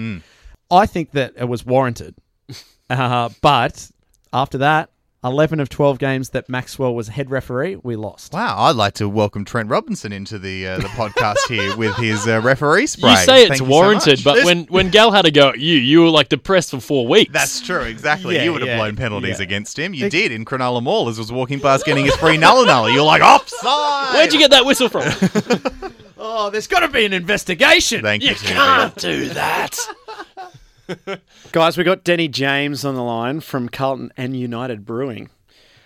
[SPEAKER 3] I think that it was warranted. uh, but after that, 11 of 12 games that Maxwell was head referee, we lost.
[SPEAKER 4] Wow, I'd like to welcome Trent Robinson into the uh, the podcast here with his uh, referee spray.
[SPEAKER 1] You say it's
[SPEAKER 4] Thank you so
[SPEAKER 1] warranted,
[SPEAKER 4] much.
[SPEAKER 1] but
[SPEAKER 4] This-
[SPEAKER 1] when, when Gal had a go at you, you were like depressed for four weeks.
[SPEAKER 4] That's true, exactly.
[SPEAKER 3] Yeah,
[SPEAKER 4] you would have
[SPEAKER 3] yeah,
[SPEAKER 4] blown penalties
[SPEAKER 3] yeah.
[SPEAKER 4] against him. You did in Cronulla Mall as was walking past getting his free nulla nulla. You're like, offside!
[SPEAKER 1] Where'd you get that whistle from?
[SPEAKER 3] Oh, there's got to be an investigation.
[SPEAKER 4] Thank you. Timothy.
[SPEAKER 1] do that.
[SPEAKER 3] Guys, we got Denny James on the line from Carlton and United Brewing.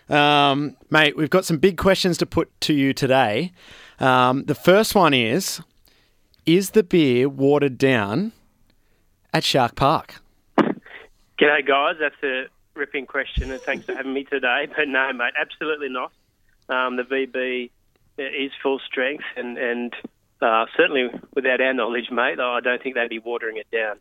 [SPEAKER 3] Um, mate, we've got some big questions to put to you today. Um, the first one is Is the beer watered down at Shark Park?
[SPEAKER 5] G'day, guys. That's a ripping question, and thanks for having me today. But no, mate, absolutely not. Um, the VB is full strength, and, and uh, certainly without our knowledge, mate, I don't think they'd be watering it down.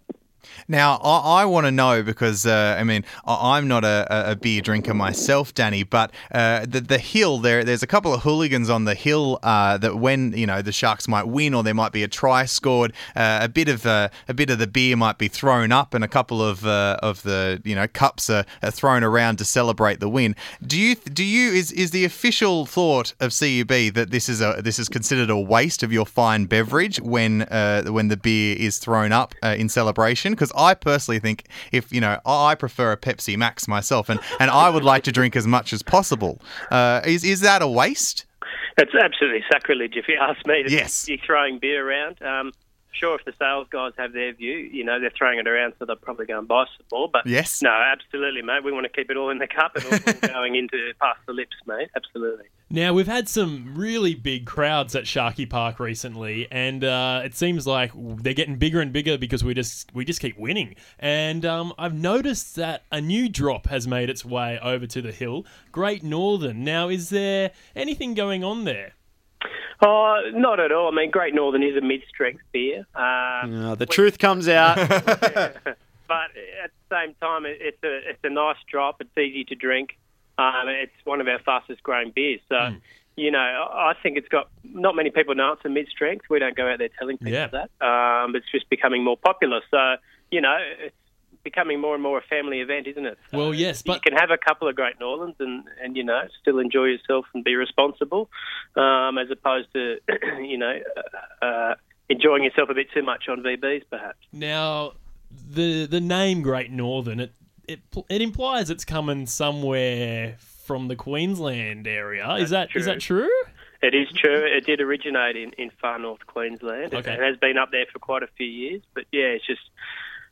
[SPEAKER 4] Now, I, I want to know because, uh, I mean, I, I'm not a, a- a beer drinker myself, Danny, but uh, the, the hill, there, there's a couple of hooligans on the hill uh, that when, you know, the Sharks might win or there might be a try scored, uh, a bit of uh, a bit of the beer might be thrown up and a couple of uh, of the, you know, cups are, are thrown around to celebrate the win. Do you, do you, is, is the official thought of CUB that this is a, this is considered a waste of your fine beverage when, uh, when the beer is thrown up uh, in celebration? Because I personally think if, you know, I I prefer a Pepsi Max myself and, and I would like to drink as much as possible. Uh, is, is that a waste?
[SPEAKER 5] That's absolutely sacrilege, if you ask me. to
[SPEAKER 4] Yes.
[SPEAKER 5] You're throwing beer around. Um, sure, if the sales guys have their view, you know, they're throwing it around, so they'll probably go and buy some more. But
[SPEAKER 4] Yes.
[SPEAKER 5] no, absolutely, mate. We want to keep it all in the cup and all all going into past the lips, mate. Absolutely.
[SPEAKER 1] Now, we've had some really big crowds at Sharky Park recently, and uh, it seems like they're getting bigger and bigger because we just we just keep winning. And um, I've noticed that a new drop has made its way over to the hill, Great Northern. Now, is there anything going on there?
[SPEAKER 5] Oh, not at all. I mean, Great Northern is a mid-strength beer, uh,
[SPEAKER 3] Uh, the truth comes out.
[SPEAKER 5] but at the same time, it, it's a it's a nice drop. It's easy to drink. Um, it's one of our fastest-growing beers. So, you know, I I think it's got not many people know it's a mid-strength. We don't go out there telling people
[SPEAKER 1] Yeah.
[SPEAKER 5] that. Um, it's just becoming more popular. So, you know, it's becoming more and more a family event, isn't it? So
[SPEAKER 1] Well, yes, but-
[SPEAKER 5] you can have a couple of Great Northerns and and you know still enjoy yourself and be responsible, um, as opposed to you know. Uh, uh, Enjoying yourself a bit too much on VBs, perhaps.
[SPEAKER 1] Now, the the name Great Northern it it pl- it implies it's coming somewhere from the Queensland area. is that
[SPEAKER 5] That's
[SPEAKER 1] is that true?
[SPEAKER 5] It is true. It did originate in, in far north Queensland.
[SPEAKER 1] Okay.
[SPEAKER 5] It has been up there for quite a few years. But yeah, it's just,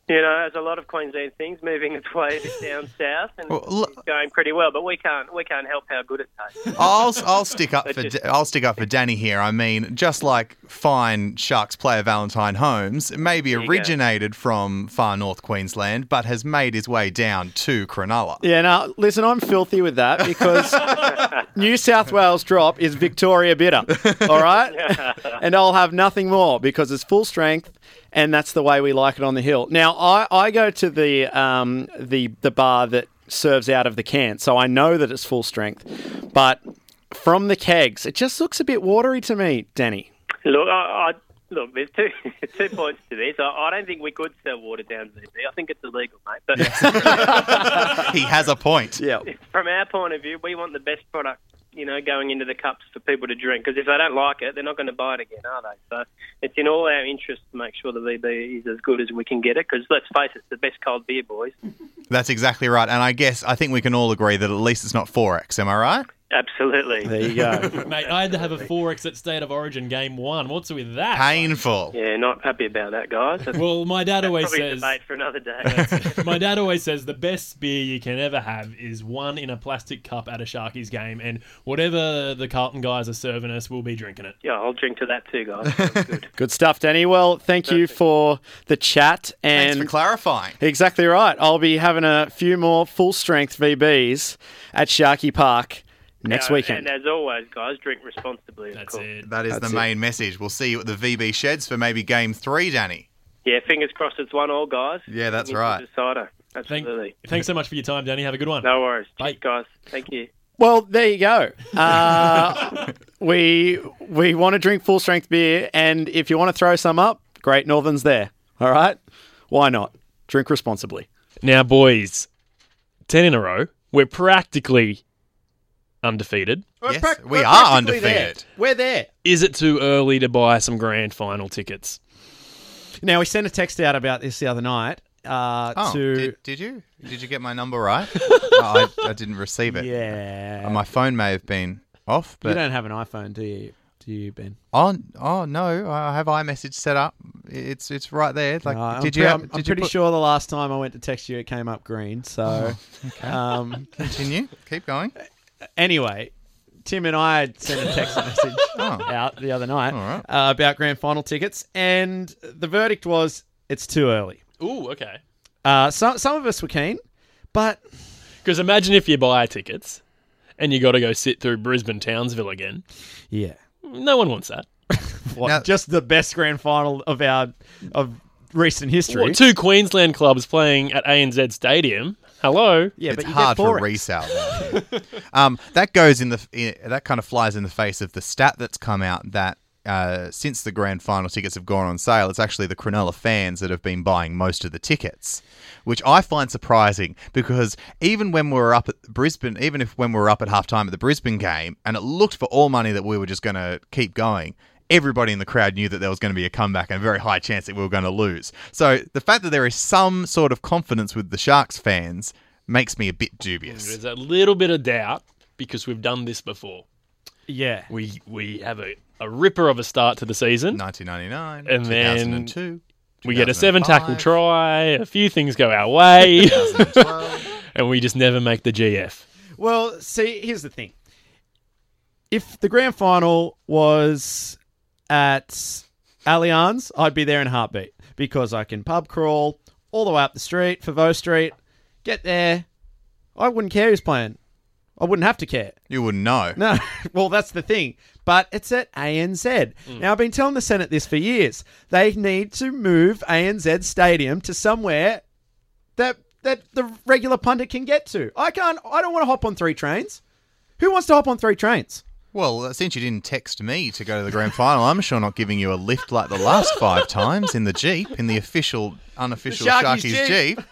[SPEAKER 5] you know, as a lot of Queensland things, moving its way down south and
[SPEAKER 4] Well, l-
[SPEAKER 5] it's going pretty well. But we can't we can't help how good it tastes.
[SPEAKER 4] I'll, I'll stick up for
[SPEAKER 5] just-
[SPEAKER 4] I'll stick up for Danny here. I mean, just like fine Sharks player Valentine Holmes, maybe
[SPEAKER 5] you go.
[SPEAKER 4] originated from far north Queensland, but has made his way down to Cronulla.
[SPEAKER 3] yeah, now, listen, I'm filthy with that because New South Wales drop is Victoria Bitter. All right? and I'll have nothing more because it's full strength, and that's the way we like it on the hill. Now, I, I go to the um, the the bar that serves out of the can, so I know that it's full strength, but from the kegs, it just looks a bit watery to me, Danny.
[SPEAKER 5] look, I, I, look, there's two two points to this. I, I don't think we could sell water down VB. I think it's illegal, mate. But
[SPEAKER 4] he has a point.
[SPEAKER 3] Yeah.
[SPEAKER 5] from our point of view, we want the best product. You know, going into the cups for people to drink because if they don't like it, they're not going to buy it again, are they? So it's in all our interest to make sure the VB is as good as we can get it because let's face it, it's the best cold beer, boys.
[SPEAKER 4] That's exactly right. And I guess I think we can all agree that at least it's not 4x. Am I right?
[SPEAKER 5] Absolutely.
[SPEAKER 3] There you go.
[SPEAKER 1] Mate, I had to have a forex at State of Origin game one. What's with that?
[SPEAKER 4] Painful.
[SPEAKER 5] Yeah, not happy about that, guys. That's
[SPEAKER 1] Well, my dad always
[SPEAKER 5] probably a
[SPEAKER 1] says
[SPEAKER 5] debate for another day.
[SPEAKER 1] my dad always says the best beer you can ever have is one in a plastic cup at a Sharkies game, and whatever the Carlton guys are serving us, we'll be drinking it.
[SPEAKER 5] yeah, I'll drink to that too, guys. Sounds good.
[SPEAKER 3] Good stuff, Danny. Well, thank you for the chat
[SPEAKER 4] Thanks for
[SPEAKER 3] and
[SPEAKER 4] clarifying.
[SPEAKER 3] Exactly right. I'll be having a few more full strength VBs at Sharkey Park next
[SPEAKER 5] Uh,
[SPEAKER 3] weekend.
[SPEAKER 5] And as always, guys, drink responsibly. Of
[SPEAKER 1] That's
[SPEAKER 5] course.
[SPEAKER 1] it.
[SPEAKER 4] That is
[SPEAKER 3] That's
[SPEAKER 4] the
[SPEAKER 3] it.
[SPEAKER 4] main message. We'll see you at the VB Sheds for maybe game three, Danny.
[SPEAKER 5] Yeah, fingers crossed it's one all, guys.
[SPEAKER 4] Yeah, that's
[SPEAKER 5] Into
[SPEAKER 4] right.
[SPEAKER 5] the Decider.
[SPEAKER 1] Thank,
[SPEAKER 5] Absolutely.
[SPEAKER 1] thanks so much for your time, Danny. Have a good one.
[SPEAKER 5] No worries.
[SPEAKER 1] Bye.
[SPEAKER 5] Cheers, guys. Thank you.
[SPEAKER 3] Well, there you go. Uh, we we want to drink full strength beer, and if you want to throw some up, Great Northern's there. All right, why not? Drink responsibly.
[SPEAKER 1] Now, boys, ten in a row. We're practically undefeated.
[SPEAKER 4] Yes, we are undefeated.
[SPEAKER 3] We're there.
[SPEAKER 1] Is it too early to buy some grand final tickets?
[SPEAKER 3] Now we sent a text out about this the other night uh,
[SPEAKER 4] Oh,
[SPEAKER 3] to
[SPEAKER 4] did, did you? Did you get my number right? oh, I, I didn't receive it.
[SPEAKER 3] yeah.
[SPEAKER 4] My Uh, phone may have been off,
[SPEAKER 3] you
[SPEAKER 4] but
[SPEAKER 3] don't have an iPhone, do you? to you, Ben?
[SPEAKER 4] Oh, oh no, I have iMessage set up. It's it's right there. Like,
[SPEAKER 3] Uh, I'm
[SPEAKER 4] did
[SPEAKER 3] pre-
[SPEAKER 4] you?
[SPEAKER 3] I'm,
[SPEAKER 4] Have,
[SPEAKER 3] I'm
[SPEAKER 4] did you
[SPEAKER 3] pretty
[SPEAKER 4] put-
[SPEAKER 3] sure the last time I went to text you, it came up green. So,
[SPEAKER 4] Oh,
[SPEAKER 3] um,
[SPEAKER 4] Continue. Keep going.
[SPEAKER 3] anyway, Tim and I had sent a text message out the other night
[SPEAKER 4] Oh. All right.
[SPEAKER 3] uh, about grand final tickets, and the verdict was it's too early.
[SPEAKER 1] Ooh, okay.
[SPEAKER 3] Uh, some some of us were keen, but
[SPEAKER 1] Because imagine if you buy tickets and you got to go sit through Brisbane Townsville again.
[SPEAKER 3] yeah,
[SPEAKER 1] No one wants that.
[SPEAKER 3] What,
[SPEAKER 4] Now-
[SPEAKER 3] just the best grand final of our of recent history.
[SPEAKER 1] What, two Queensland clubs playing at ANZ Stadium. Hello.
[SPEAKER 3] yeah,
[SPEAKER 4] it's
[SPEAKER 3] but you
[SPEAKER 4] hard
[SPEAKER 3] get
[SPEAKER 4] for
[SPEAKER 3] forex.
[SPEAKER 4] resale. um, that goes in the in, that kind of flies in the face of the stat that's come out that uh, since the grand final tickets have gone on sale, it's actually the Cronulla fans that have been buying most of the tickets, which I find surprising because even when we were up at Brisbane, even if when we were up at halftime at the Brisbane game, and it looked for all money that we were just going to keep going. Everybody in the crowd knew that there was going to be a comeback and a very high chance that we were going to lose. So the fact that there is some sort of confidence with the Sharks fans makes me a bit dubious.
[SPEAKER 1] There's a little bit of doubt because we've done this before.
[SPEAKER 3] Yeah,
[SPEAKER 1] We we have a, a ripper of a start to the season.
[SPEAKER 4] 1999,
[SPEAKER 1] And then
[SPEAKER 4] 2002.
[SPEAKER 1] we get a seven tackle
[SPEAKER 4] 2005,
[SPEAKER 1] try, a few things go our way,
[SPEAKER 4] 2012.
[SPEAKER 1] and we just never make the GF.
[SPEAKER 3] Well, see, here's the thing. If the grand final was at Allianz, I'd be there in a heartbeat because I can pub crawl all the way up the street, Favo Street, get there. I wouldn't care who's playing. I wouldn't have to care.
[SPEAKER 4] you wouldn't know.
[SPEAKER 3] No, well, that's the thing. But it's at ANZ. Now, I've been telling the Senate this for years. They need to move ANZ Stadium to somewhere that that the regular pundit can get to. I can't. I don't want to hop on three trains. Who wants to hop on three trains?
[SPEAKER 4] Well, since you didn't text me to go to the grand final, I'm sure not giving you a lift like the last five times in the Jeep, in the official, unofficial
[SPEAKER 3] The
[SPEAKER 4] Sharkies,
[SPEAKER 3] Sharkies
[SPEAKER 4] Jeep.
[SPEAKER 3] Jeep.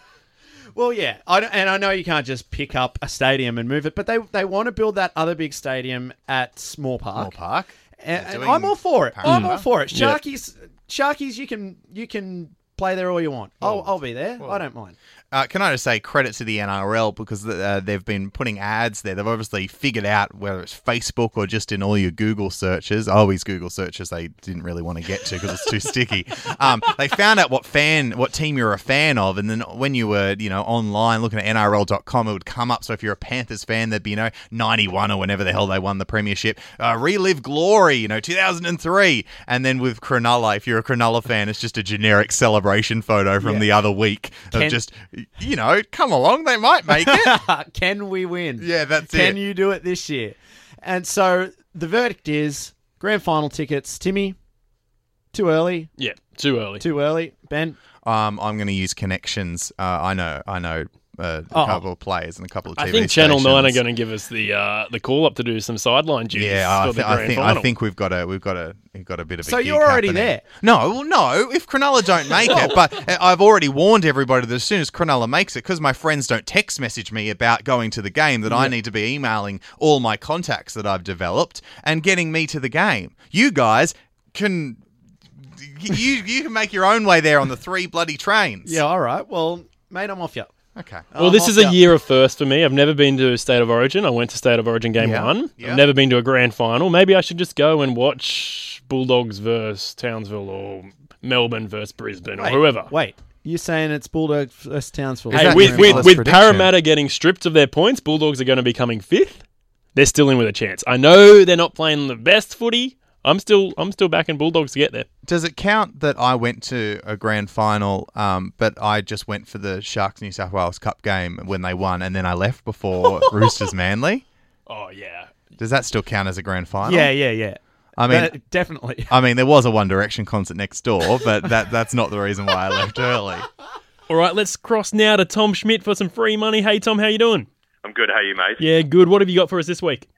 [SPEAKER 3] Well, yeah, I don't, and I know you can't just pick up a stadium and move it, but they they want to build that other big stadium at Small
[SPEAKER 4] Moore
[SPEAKER 3] Park.
[SPEAKER 4] Park.
[SPEAKER 3] And, and
[SPEAKER 4] Doing
[SPEAKER 3] I'm all for it. I'm
[SPEAKER 4] Parramatta.
[SPEAKER 3] all for it.
[SPEAKER 1] Yeah.
[SPEAKER 3] Sharkies, Sharkies, you can you can play there all you want. I'll, I'll be there. I don't mind.
[SPEAKER 4] Uh, can I just say credit to the NRL because uh, they've been putting ads there. They've obviously figured out whether it's Facebook or just in all your Google searches. I always Google searches they didn't really want to get to because it's too sticky. Um, they found out what fan, what team you're a fan of, and then when you were, you know, online looking at NRL.com, it would come up. So if you're a Panthers fan, there'd be, you know, 91 or whenever the hell they won the premiership, uh, relive glory, you know, 2003, and then with Cronulla, if you're a Cronulla fan, it's just a generic celebration photo from the other week of
[SPEAKER 3] Ken-
[SPEAKER 4] just you know, come along, they might make it.
[SPEAKER 3] Can we win?
[SPEAKER 4] Yeah, that's
[SPEAKER 3] Can
[SPEAKER 4] it.
[SPEAKER 3] you do it this year? And so the verdict is grand final tickets. Timmy, too early.
[SPEAKER 1] Yeah, too early.
[SPEAKER 3] Too early. Ben,
[SPEAKER 4] um, I'm going to use connections. Uh, I know, I know uh, a
[SPEAKER 3] Oh.
[SPEAKER 4] couple of players and a couple of TV
[SPEAKER 1] I think Channel Nine are
[SPEAKER 4] stations.
[SPEAKER 1] going to give us the uh, the call up to do some sideline duties
[SPEAKER 4] Yeah, I,
[SPEAKER 1] for
[SPEAKER 4] thi-
[SPEAKER 1] the grand
[SPEAKER 4] I think
[SPEAKER 1] final.
[SPEAKER 4] I think we've got a we've got a we've got a bit of.
[SPEAKER 3] So
[SPEAKER 4] a gig
[SPEAKER 3] you're already
[SPEAKER 4] happening.
[SPEAKER 3] there?
[SPEAKER 4] No, well, no. If Cronulla don't make it, but uh, I've already warned everybody that as soon as Cronulla makes it, because my friends don't text message me about going to the game, that I need to be emailing all my contacts that I've developed and getting me to the game. You guys can. You you can make your own way there on the three bloody trains.
[SPEAKER 3] yeah, all right. Well, mate, I'm off you.
[SPEAKER 4] Okay.
[SPEAKER 1] Well, this
[SPEAKER 3] I'm
[SPEAKER 1] is
[SPEAKER 3] off
[SPEAKER 4] Uh-huh.
[SPEAKER 1] a
[SPEAKER 3] you.
[SPEAKER 1] year of first for me. I've never been to State of Origin. I went to State of Origin Game
[SPEAKER 4] Yeah,
[SPEAKER 1] One.
[SPEAKER 4] yeah.
[SPEAKER 1] I've never been to a grand final. Maybe I should just go and watch Bulldogs versus Townsville or Melbourne versus Brisbane or
[SPEAKER 3] Wait,
[SPEAKER 1] whoever.
[SPEAKER 3] Wait, you're saying it's Bulldogs versus Townsville?
[SPEAKER 4] Is
[SPEAKER 1] Hey,
[SPEAKER 4] that
[SPEAKER 1] with
[SPEAKER 4] Grand
[SPEAKER 1] with,
[SPEAKER 4] Finals
[SPEAKER 1] with
[SPEAKER 4] prediction?
[SPEAKER 1] Parramatta getting stripped of their points, Bulldogs are going to be coming fifth. They're still in with a chance. I know they're not playing the best footy. I'm still I'm still backing Bulldogs to get there.
[SPEAKER 4] Does it count that I went to a grand final, um, but I just went for the Sharks New South Wales Cup game when they won, and then I left before Roosters Manly?
[SPEAKER 1] Oh yeah.
[SPEAKER 4] Does that still count as a grand final?
[SPEAKER 3] yeah, yeah, yeah.
[SPEAKER 4] I mean,
[SPEAKER 3] That- definitely.
[SPEAKER 4] I mean, there was a One Direction concert next door, but that that's not the reason why I left early.
[SPEAKER 1] All right, let's cross now to Tom Schmidt for some free money. Hey Tom, how you doing?
[SPEAKER 6] I'm good. How you, mate?
[SPEAKER 1] Yeah, good. What have you got for us this week?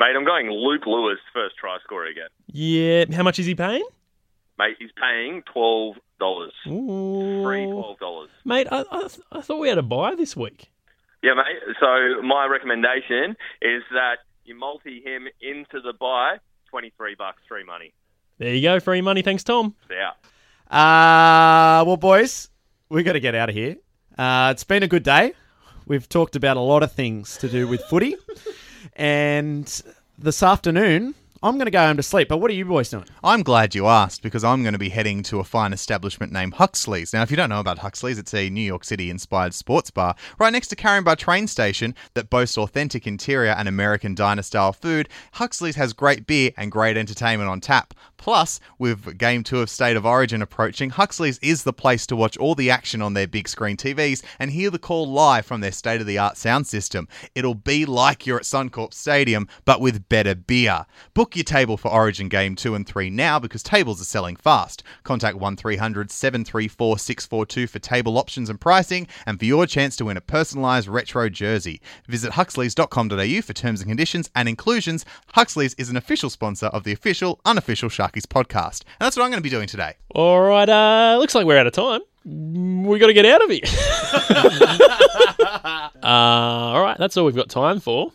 [SPEAKER 6] Mate, I'm going Luke Lewis first try scorer again.
[SPEAKER 1] Yeah, how much is he paying?
[SPEAKER 6] Mate, he's paying twelve dollars. Free
[SPEAKER 1] Ooh.
[SPEAKER 6] twelve dollars.
[SPEAKER 1] Mate, I, I, th- I thought we had a buy this week.
[SPEAKER 6] Yeah, mate. So my recommendation is that you multi him into the buy. Twenty three bucks, free money.
[SPEAKER 1] There you go, free money. Thanks, Tom.
[SPEAKER 6] It's out.
[SPEAKER 3] Uh, well, boys, we got to get out of here. Uh, it's been a good day. We've talked about a lot of things to do with footy. and this afternoon, I'm going to go home to sleep. But what are you boys doing?
[SPEAKER 4] I'm glad you asked because I'm going to be heading to a fine establishment named Huxley's. Now, if you don't know about Huxley's, it's a New York City inspired sports bar right next to Caringbah train station that boasts authentic interior and American diner style food. Huxley's has great beer and great entertainment on tap. Plus, with Game 2 of State of Origin approaching, Huxley's is the place to watch all the action on their big screen TVs and hear the call live from their state of the art sound system. It'll be like you're at Suncorp Stadium, but with better beer. Book your table for Origin Game 2 and 3 now because tables are selling fast. Contact 1300 734 642 for table options and pricing and for your chance to win a personalised retro jersey. Visit huxleys.com.au for terms and conditions and inclusions. Huxleys is an official sponsor of the official, unofficial Sharkies podcast. And that's what I'm going to be doing today.
[SPEAKER 1] All right, uh, looks like we're out of time. Mm, We got to get out of here. uh, all right, that's all we've got time for.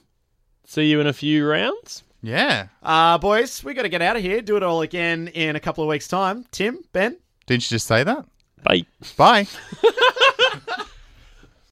[SPEAKER 1] See you in a few rounds.
[SPEAKER 4] Yeah.
[SPEAKER 3] Uh, boys, we got to get out of here. Do it all again in a couple of weeks' time. Tim, Ben,
[SPEAKER 4] Didn't you just say that?
[SPEAKER 1] Bye.
[SPEAKER 4] Bye.